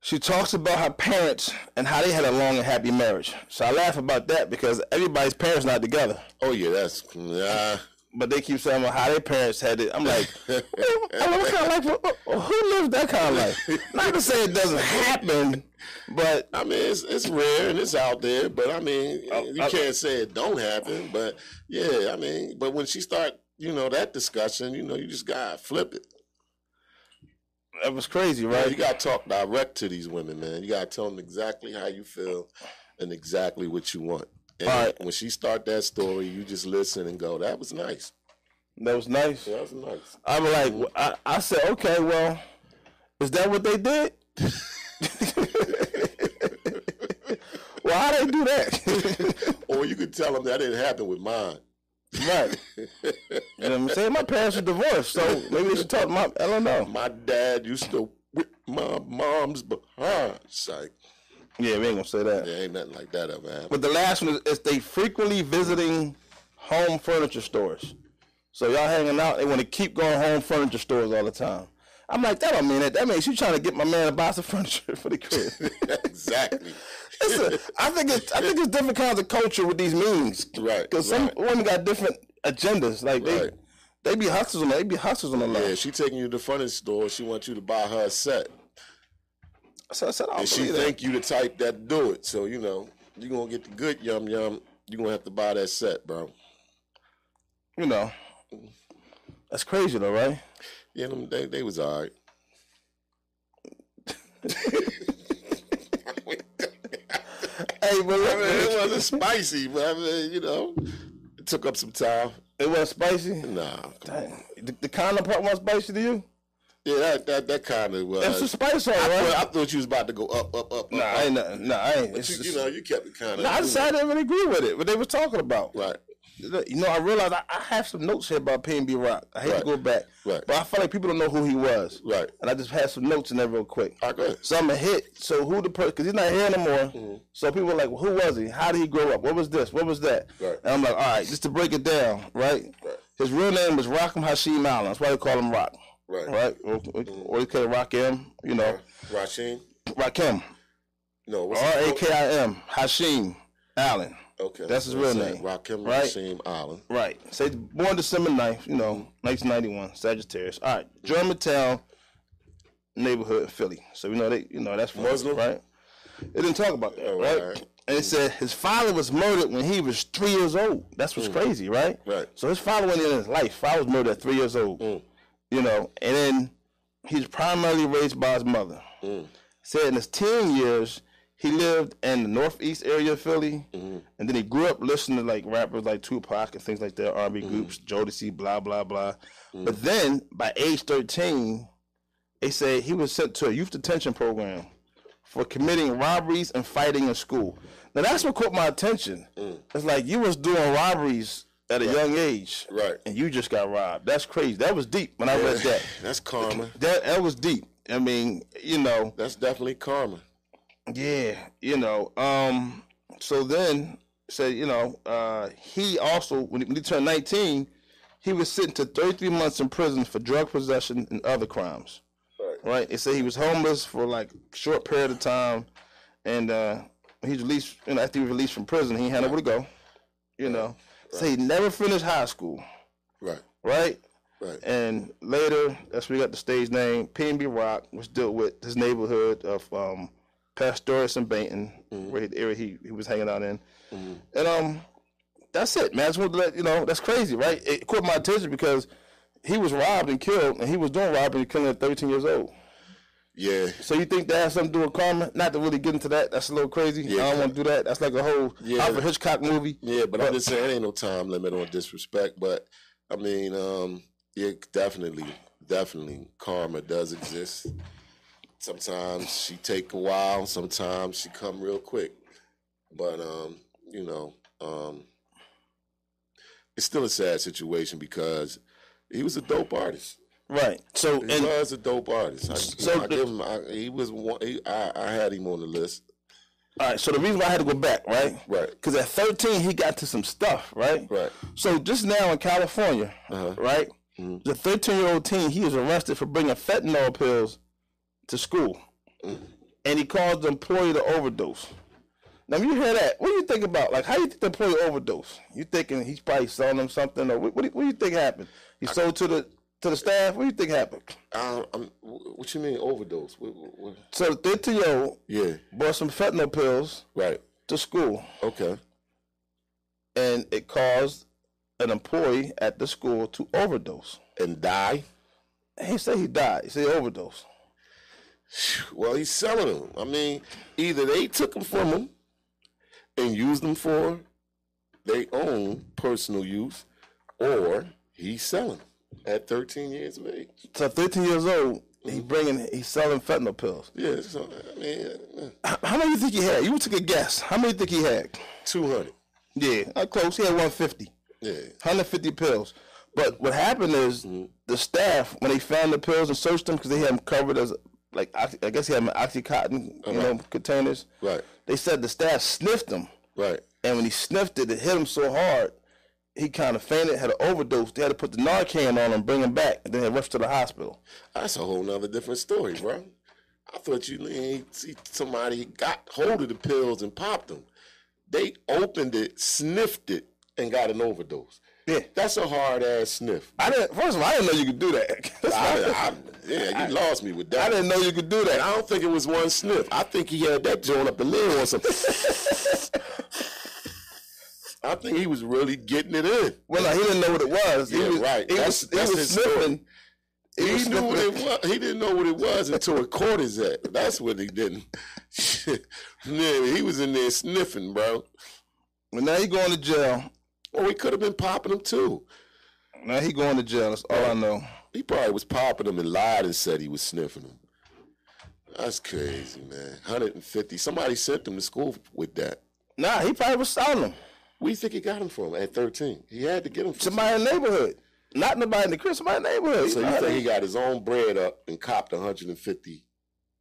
She talks about her parents and how they had a long and happy marriage. So I laugh about that because everybody's parents not together, Oh yeah, that's nah. but they keep saying about how their parents had it. I'm like, what, what kind of life? what- who lives that kind of life? Not to say it doesn't happen, but I mean, it's it's rare and it's out there, but I mean, you I- can't say it don't happen. But yeah, I mean, but when she start, you know, that discussion, you know, you just gotta flip it. it was crazy, Right? You right? gotta talk direct to these women, man. You gotta tell them exactly how you feel and exactly what you want. And All right. when she start that story, you just listen and go, "That was nice. That was nice. That was nice." I was like, w- I, I said, okay, well, is that what they did? well, how they do that? Or you could tell them that didn't happen with mine. right. And I'm saying my parents are divorced, so maybe they should talk to my, I don't know. My dad used to whip my mom's behind. It's like, Yeah, we ain't gonna say that. there ain't nothing like that ever happened. But the last one is, is they frequently visiting home furniture stores. So y'all hanging out, they want to keep going home furniture stores all the time. I'm like, that don't mean it. That means you trying to get my man a box of furniture for the crib. exactly. It's a, I think it's I think it's different kinds of culture with these memes. Right, Because some women got different agendas. Like they Right. they be hustlers on they be hustlers on the line. Yeah, she taking you to the furniture store. She wants you to buy her a set, So I said, I and don't she believe that. think you the type that do it. So you know you gonna get the good yum yum. You gonna have to buy that set, bro. You know. That's crazy though, right? Yeah, them, they they was all right. Hey, but I mean, it look, wasn't spicy, but I mean, you know, it took up some time. it was spicy. Nah, come on. The, the condom part was spicy to you? yeah, that that, that kind of was. That's the spice on, it, Well, right? I thought you was about to go up, up, up, Nah, up. I ain't nothing. Nah, I ain't. But It's you, just, you know, you kept it kind of. nah, I decided I didn't really agree with it, what they were talking about. Right. Look, You know, I realized I, I have some notes here about P and B Rock. I hate Right. to go back, Right. but I felt like people don't know who he was. Right. And I just had some notes in there real quick. All right, go ahead. So I'm a hit. So who the person? Because he's not here no more. Mm-hmm. So people are like, well, who was he? How did he grow up? What was this? What was that? Right. And I'm like, all right, just to break it down, right? Right. His real name was Rockham Hashim Allen. That's why they call him Rock, Right. right? Or, or you could Rock M, you know, Rasheen? Rakim, No. What's R his- A K I M, Hashim Allen. Okay. That's his What's real that? name. Rakim Right. Rasheem Allen. Right. Say born December 9th, you know, 1991, Sagittarius. All right, Germantown neighborhood in Philly. So we know they, you know, that's from, Muslim? right? They didn't talk about that, Oh, right? alright. And it said his father was murdered when he was three years old. That's what's crazy, right? Mm. Right. Mm. So his father went in his life. Father was murdered at three years old. You know, and then he's primarily raised by his mother. Said in his teen years, he lived in the northeast area of Philly, and then he grew up listening to like rappers like Tupac and things like that, R&B groups, Jodeci, blah blah blah. But then by age thirteen, they say he was sent to a youth detention program for committing robberies and fighting in school. Now that's what caught my attention. It's like you was doing robberies at a young age, Right. And you just got robbed. That's crazy. That was deep when I read that. That's karma. That that was deep. I mean, you know, That's definitely karma. yeah, you know. Um, so then said, you know, uh, he also when he, when he turned nineteen, he was sentenced to thirty three months in prison for drug possession and other crimes. Right. Right. They said he was homeless for like a short period of time, and uh, he was released. You know, after he was released from prison, he had nowhere to go. You know, so he never finished high school. Right. Right. Right. And later, that's where we got the stage name PNB Rock, which dealt with his neighborhood of um, Pastores and Bainton, Mm-hmm. where he, the area he, he was hanging out in. And um, that's it, man. I just wanted to let you know that's crazy, right? It caught my attention because he was robbed and killed, and he was doing robbing and killing at 13 years old. yeah. So you think that has something to do with karma? Not to really get into that. That's a little crazy. I don't want to do that. That's like a whole Yeah. Alfred Hitchcock movie. Yeah, but I'm just saying, ain't no time limit on disrespect. But I mean, um, yeah, definitely, definitely, karma does exist. Sometimes she take a while. Sometimes she come real quick. But um, you know, um, it's still a sad situation because he was a dope artist. Right. So He and was a dope artist. I, So I the- give him. I, he was one. He, I, I had him on the list. All right, so the reason why I had to go back, right? Right. Because at 13, he got to some stuff, right? Right. So just now in California, right? The 13 year old teen, he was arrested for bringing fentanyl pills to school. And he caused the employee to overdose. Now, when you hear that, what do you think about? Like, how do you think the employee overdose? You thinking he's probably selling them something, or what, what, do, you, what do you think happened? He sold to the to the staff? What do you think happened? I, um, I'm, what you mean overdose? What, what, what? So the 13 year old Yeah. brought some fentanyl pills Right. to school. Okay. and it caused an employee at the school to overdose. and die. And he said he died. He said he overdosed. Well, he's selling them. I mean, either they took them from him and used them for their own personal use, or he's selling 'em at 13 years of age. So 13 years old, he bringing, he's selling fentanyl pills. Yeah, so, I mean, uh, How, how many you think he had? You took a guess. How many you think he had? 200. Yeah, not close. He had 150. Yeah. 150 pills. But what happened is the staff, when they found the pills and searched them, because they had them covered as like oxy- I guess he had them in oxycontin, you know, containers. Right, They said the staff sniffed them, right. and when he sniffed it, it hit him so hard, he kind of fainted, had an overdose. They had to put the Narcan on him, bring him back, and then they rushed to the hospital. That's a whole nother different story, bro. I thought you he- see somebody got hold of the pills and popped them. They opened it, sniffed it, and got an overdose. Yeah. That's a hard ass sniff. I didn't. First of all, I didn't know you could do that. That's I, why- I, yeah, you lost me with that. I didn't know you could do And that. I don't think it was one sniff. I think he had that joint up the lid or something. I think he was really getting it in. Well, no, he didn't know what it was. He Yeah, was, right. He That's- was, that's he was his story. sniffing. He was knew what sniffing. it was. He didn't know what it was until it caught his ass. That's what he didn't. yeah, he was in there sniffing, bro. Well, now he going to jail. Well, he could have been popping them too. Now he going to jail. That's all I know. He probably was popping them and lied and said he was sniffing them. That's crazy, man. 150. Somebody sent him to school with that. Nah, he probably was selling them. Where you think he got him from at 13? He had to get him from Somebody in the neighborhood. Not nobody in the crib. Somebody in the neighborhood. So you think he got his own bread up and copped 150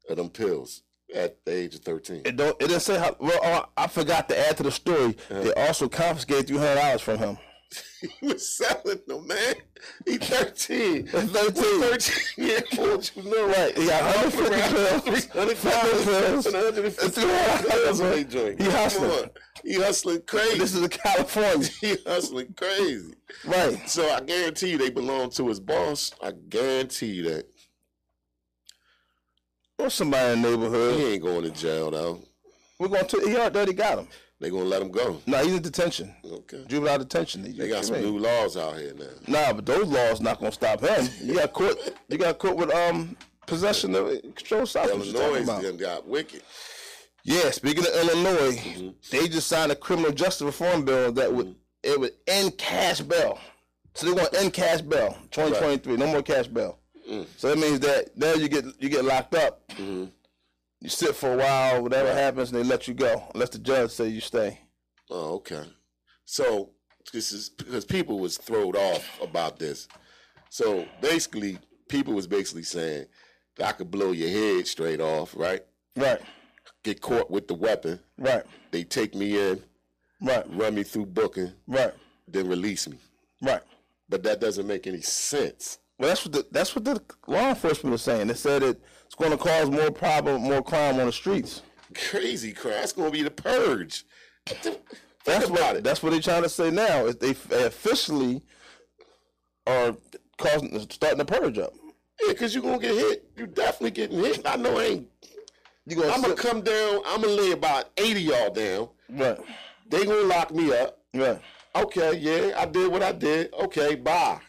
of them pills at the age of 13? it don't. It didn't say how. Well, oh, I forgot to add to the story. They also confiscated three hundred dollars from him. He was selling them, man. He At 13. Thirteen. 13 year old, you know, Right. He got hundred fifty pills. Hundred And pills. 150 $300 pills on that joint. He Come hustling. on. He hustling This crazy. is in California. He hustling crazy. Right. So I guarantee you they belong to his boss. I guarantee you that. Or somebody in the neighborhood. He ain't going to jail, though. We're going to. He already got him. they going to let him go. No, he's in detention. Okay. Juvenile detention. They got some new laws out here now. Nah, but those laws not gonna stop him. You got caught. You got caught with um possession of controlled substance. Illinois done got wicked. Yeah, speaking of Illinois, they just signed a criminal justice reform bill that would it would end cash bail. So they want to end cash bail, 2023. No more cash bail. So that means that now you get you get locked up. You sit for a while, whatever happens, and they let you go unless the judge says you stay. Oh, okay. So this is because people was throwed off about this. So basically, people was basically saying I could blow your head straight off, right? Right, Get caught with the weapon. right, They take me in, right, run me through booking, right, then release me. right. But that doesn't make any sense. Well, that's what the, that's what the law enforcement is saying. They said it, it's going to cause more problem, more crime on the streets. Crazy crap. That's gonna be the purge. Think That's about what it. that's what they're trying to say now. Is they, they officially are causing starting to purge up. Yeah, because you're gonna get hit. You definitely getting hit. I know I ain't You gonna I'm gonna sit- come down. I'm gonna lay about eighty y'all down. right, They gonna lock me up. right. Okay, yeah, I did what I did. Okay, bye.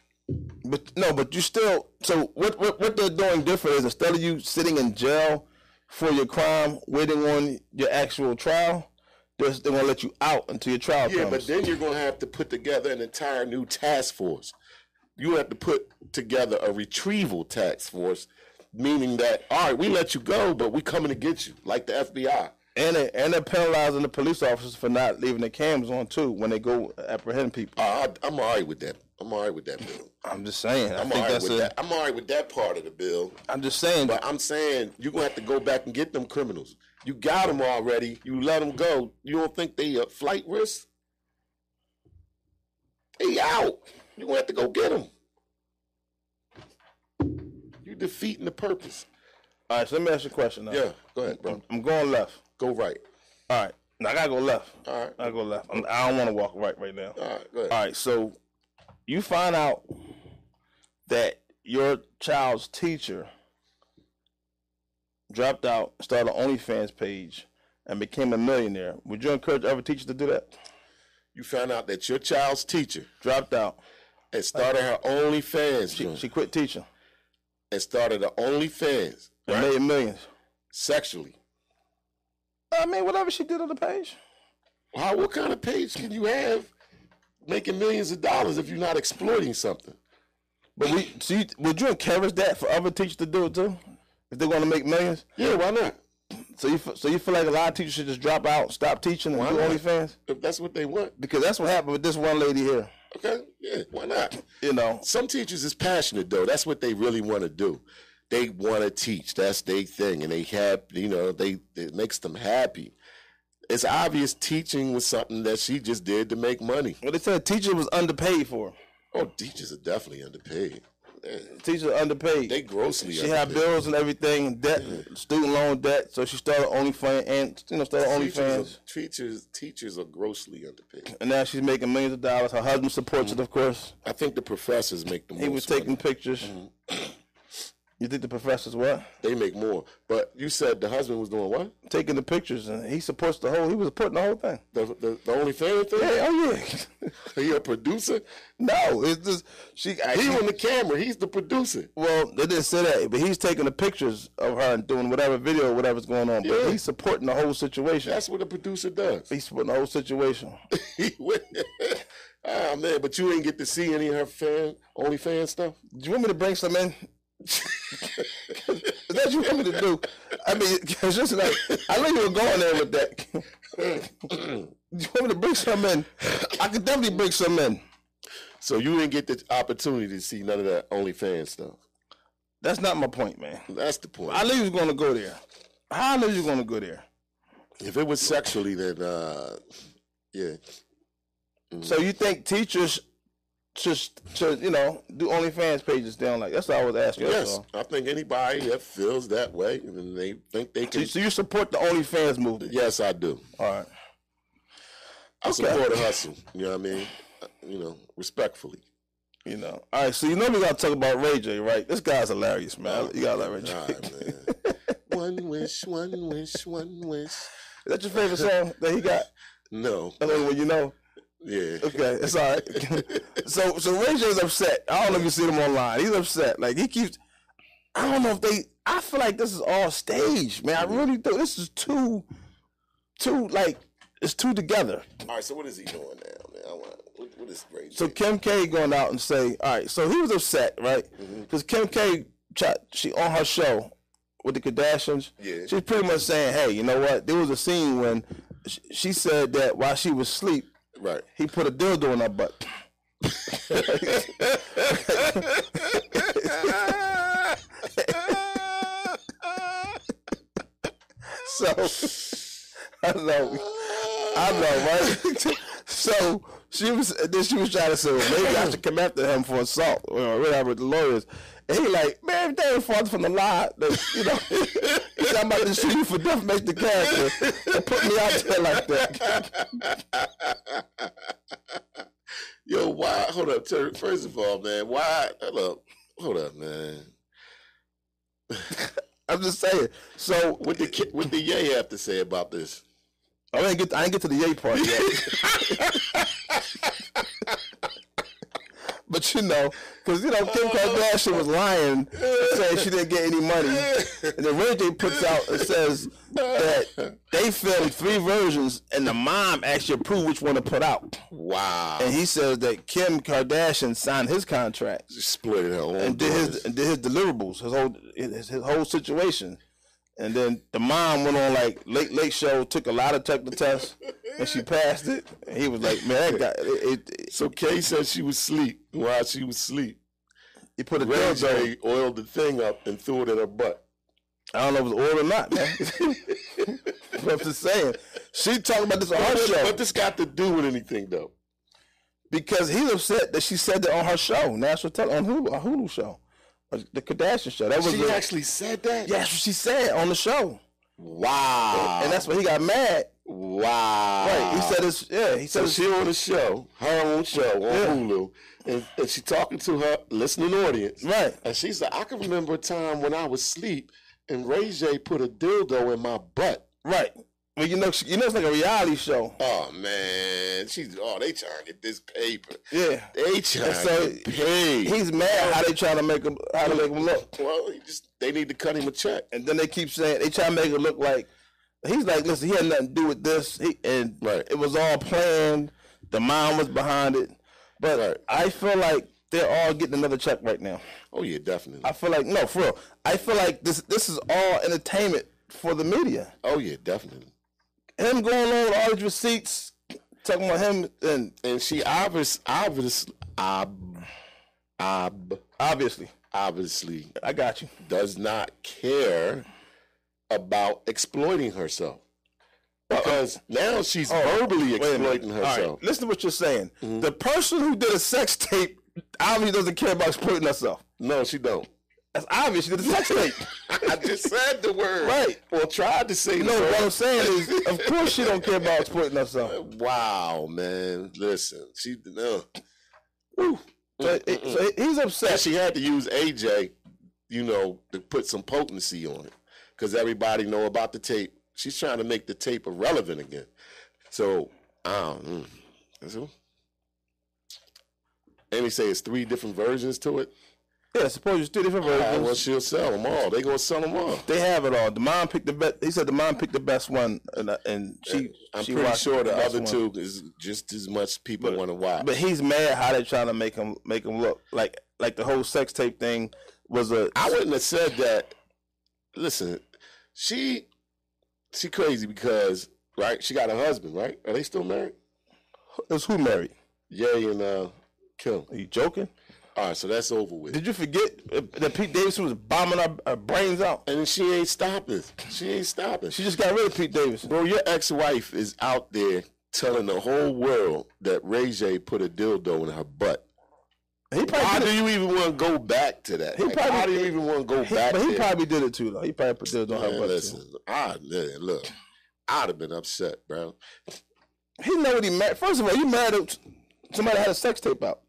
But no, but you still. So what what what they're doing different is instead of you sitting in jail for your crime, waiting on your actual trial, they're, they're gonna let you out until your trial Yeah, but comes. then you're gonna have to put together an entire new task force. You have to put together a retrieval task force, meaning that all right, we let you go, but we coming to get you, like the FBI. and they, and they're penalizing the police officers for not leaving their cams on too when they go apprehend people. Uh, I, I'm all right with that. I'm all right with that bill. I'm just saying. i I'm all think right that's with a. that. I'm all right with that part of the bill. am just saying. But I'm saying you're gonna have to go back and get them criminals. You got them already. You let them go. You don't think they a flight risk? They out. You gonna have to go get them. You defeating the purpose. all right, so let me ask you a question. Now. Yeah, go ahead, bro. I'm going left. Go right. All right, now I gotta go left. All right. I gotta go left. I'm, I don't want to walk right right now. All right. Go ahead. All right, so you find out that your child's teacher dropped out, started an OnlyFans page, and became a millionaire. Would you encourage other teachers to do that? You found out that your child's teacher Dropped out. had started her OnlyFans She, joint she quit teaching and started her OnlyFans and made millions. sexually. I mean, whatever she did on the page. How? What kind of page can you have making millions of dollars if you're not exploiting something? But we, so you, would you encourage that for other teachers to do it too? If they're going to make millions? Yeah, why not? So you fe- so you feel like a lot of teachers should just drop out, stop teaching, and Why do not? OnlyFans If that's what they want, because that's what happened with this one lady here. okay, yeah, why not? You know, Some teachers is passionate though. That's what they really want to do. They want to teach. That's their thing, and they have you know they it makes them happy. it's obvious teaching was something that she just did to make money. Well, they said teacher was underpaid for. Oh, teachers are dedefinitely underpaid. They- Teacher underpaid. They grossly she underpaid. had bills and everything, and debt, student loan debt. So she started OnlyFans, and you know, started Teachers OnlyFans, are, teachers, teachers are grossly underpaid. and now she's making millions of dollars. Her husband supports it, of course. I think the professors make the most. He was money. taking pictures. Mm-hmm. You think the professor's what? They make more. But you said the husband was doing what? Taking the pictures, and he supports the whole. He was supporting the whole thing. The the, the only fan thing? Hey, oh yeah, He a producer? no, it's just she. He he on the camera. He's the producer. Well, they didn't say that, but he's taking the pictures of her and doing whatever video, whatever's going on. But Yeah. he's supporting the whole situation. That's what a producer does. he's supporting the whole situation. He went- Ah man, but you ain't get to see any of her fan only fan stuff. Do you want me to bring some in? Is that what you want me to do? I mean, it's just like I know you were going there with that. Do you want me to bring some in? I could definitely bring some in. So you didn't get the opportunity to see none of that OnlyFans stuff. That's not my point, man. That's the point. I knew you was gonna go there. How I knew you were gonna go there. if it was sexually, then uh, yeah, So you think teachers just should, you know, do OnlyFans pages down like that's what I was asking. that's yes, all. I think anybody that feels that way and they think they So, can. so you support the OnlyFans movement. Yes, I do. All right. I support a hustle. You know what I mean? Uh, You know, respectfully. You know. All right, so you know we gotta talk about Ray J, right? This guy's hilarious, man. You gotta like Ray J. All right, man. one wish, one wish, one wish. Is that your favorite song that he got? No, That's the only one you know. yeah. Okay, it's all right. so so Ray J's upset. I don't know if you see him online. He's upset. Like he keeps I don't know if they I feel like this is all stage, man. I really do. This is too too like it's two together. All right, so what is he doing now, man? I want what, what is Ray J? So Kim K going out and say, all right. So he was upset, right? Because Kim K, tried- she on her show with the Kardashians. Yeah. She's pretty much saying, hey, you know what? There was a scene when sh- she said that while she was asleep, right. he put a dildo in her butt. So I know. I know, right? so she was then she was trying to say, well, maybe I should come after him for assault or whatever the lawyers. And he like, man, if they ain't farther from the lie, then, you know, he's talking about to shoot you for defamation of character and put me out there like that. Yo, why? Hold up, Terry. First of all, man, why? Hold up, hold up, man. I'm just saying. So What the ki- what the yay have to say about this? I didn't get I didn't get to the yay part yet. But you know, because you know Kim Kardashian was lying, saying she didn't get any money, and then Ray J puts out and says that they filmed three versions, and the mom actually approved which one to put out, Wow, and he says that Kim Kardashian signed his contract splitting her own. and did his daughters. and did his deliverables, his whole his, his whole situation, and then the mom went on like late late show, took a lot of technical tests, and she passed it. And he was like, man, that guy, it, it, it- So Kay said she was asleep. While she was asleep, he put a Ray dildo. J oiled the thing up and threw it in her butt. I don't know if it's oil or not, man. but I'm just saying. She talking about this on her show What this got to do with anything, though? because he's upset that she said that on her show, national tele on Hulu, a Hulu show, uh, the Kardashian show. That was She a- actually said that. yeah, that's what she said on the show, Wow. and that's why he got mad. wow. Right? He said it's yeah. He said So it's, she on the show, her own show on Yeah. Hulu, and, and she talking to her listening audience. right. And she said, I can remember a time when I was asleep and Ray J put a dildo in my butt. Right. Well, you know, you know, it's like a reality show. Oh man, she's oh they trying to get this paper. Yeah. They trying And so to get paid. he's mad how they trying to make him how to make him look, well, he just they need to cut him a check. and then they keep saying they try to make it look like he's like, listen, he had nothing to do with this, he, and Right. it was all planned. The mom was behind it, but I feel like they're all getting another check right now. Oh yeah, definitely. I feel like no, for real. I feel like this this is all entertainment for the media. oh yeah, definitely. Him going on with all these receipts, talking about him and And she obvious, obvious, ob, ob, obviously, obviously I got you. does not care about exploiting herself. because now she's Oh, verbally Wait a minute. exploiting All right, herself. Mm-hmm. listen to what you're saying. The person who did a sex tape obviously doesn't care about exploiting herself. No, she don't. That's obvious. She did a sex tape. I just said the word. Right. Or tried to say No, the what I'm word. saying is, of course she don't care about exploiting herself. Wow, man. Listen, she no. Whew. So, it- so he's And upset. she had to use AJ, you know, to put some potency on it, because everybody know about the tape. She's trying to make the tape irrelevant again. So I don't. Mm, That's who- Amy say it's three different versions to it. Yeah, suppose it's two different All right, versions. well, she'll sell them all. They gonna sell them all. They have it all. The mom picked the best. He said the mom picked the best one, and, uh, and she. I'm she pretty watched sure the best other one. two is just as much people want to watch. But he's mad how they're trying to make him make him look like like the whole sex tape thing was a. I wouldn't have said that. Listen, she she crazy because right, she got a husband, right? Are they still married? It's who married? Yay and uh Kim. Are you joking? All right, so that's over with. Did you forget uh, that Pete Davidson was bombing our, our brains out? And she ain't stopping. She ain't stopping. She just got rid of Pete Davidson. Bro, your ex-wife is out there telling the whole world that Ray J put a dildo in her butt. He Why probably, do did it, you even want to go back to that? He Like, probably- why do you even want to go he, back but he there? probably did it too though. He probably put Davidson on her Man, butt, too. listen, I man, look, I'd have been upset, bro. He know what he mad. First of all, you mad at somebody had a sex tape out,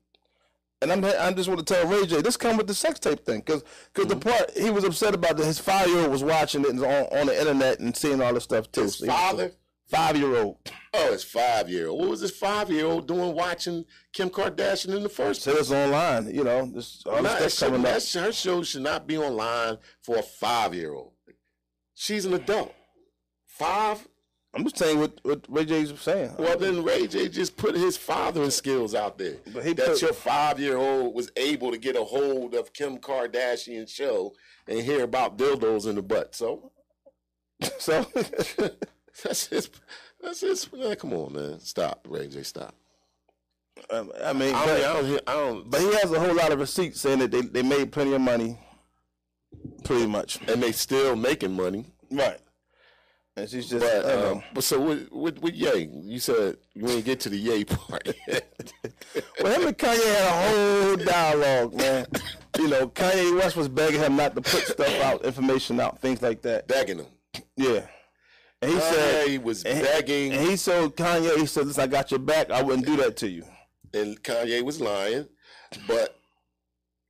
and I'm I just want to tell Ray J this come with the sex tape thing because the part he was upset about that his five year old was watching it and on, on the internet and seeing all this stuff too. His father. five year old. Oh, it's five year old. What was this five year old doing watching Kim Kardashian in the first place? So it's online, you know, this all Nah, that this stuff should, coming up. that sh- her show should not be online for a five year old. She's an adult. Five? I'm just saying what, what Ray J's saying. Well, then Ray J just put his fathering skills out there. But he that put- your five year old was able to get a hold of Kim Kardashian show and hear about dildos in the butt. So so that's his. That's his. Man, come on, man. Stop, Ray J. Stop. um, I mean, I, but, mean, I don't. hear- I don't. but he has a whole lot of receipts saying that they, they made plenty of money, pretty much. and they still making money. Right. And she's just, But, I don't uh, know. but so with, with, with Ye, you said you ain't get to the Ye part. Well, him and Kanye had a whole dialogue, man. you know, Kanye West was begging him not to put stuff out, information out, things like that. begging him. Yeah. And he Kanye said, was and he- begging, and he told Kanye, he said, listen, I got your back. I wouldn't do that to you. and Kanye was lying, but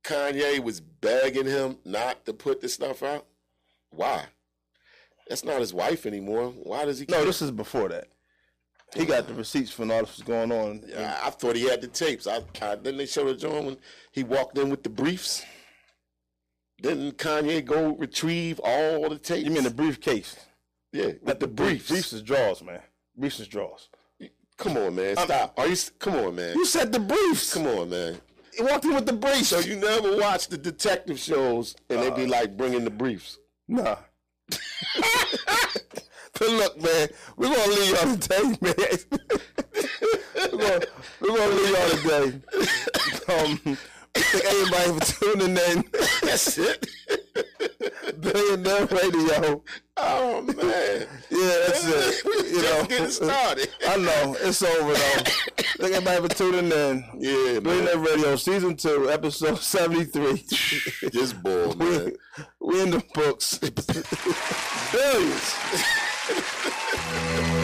Kanye was begging him not to put this stuff out. Why? That's not his wife anymore. Why does he? No, care? this is before that. He got the receipts from all this was going on. I, I thought he had the tapes. I, I then they showed a joint when he walked in with the briefs. Didn't Kanye go retrieve all the tapes? You mean the briefcase? yeah, with the briefs? Briefs is draws, man. Briefs is draws. Come on, man. Stop. Are you? s- Come on, man. You said the briefs. Come on, man. He walked in with the briefs. So you never watch the detective shows, and they be like bringing the briefs. Nah. but look, man, we're gonna leave y'all today, man. we're, gonna, we're gonna leave y'all today. Um, thank everybody for tuning in. That's it. Billionaire Radio. oh man. Yeah, that's it. We You just know, getting started. I know it's over though. Thank everybody for tuning in. Yeah, man. Billionaire Radio, Season Two, Episode Seventy Three. This bull, man. we, we in the books. Billions.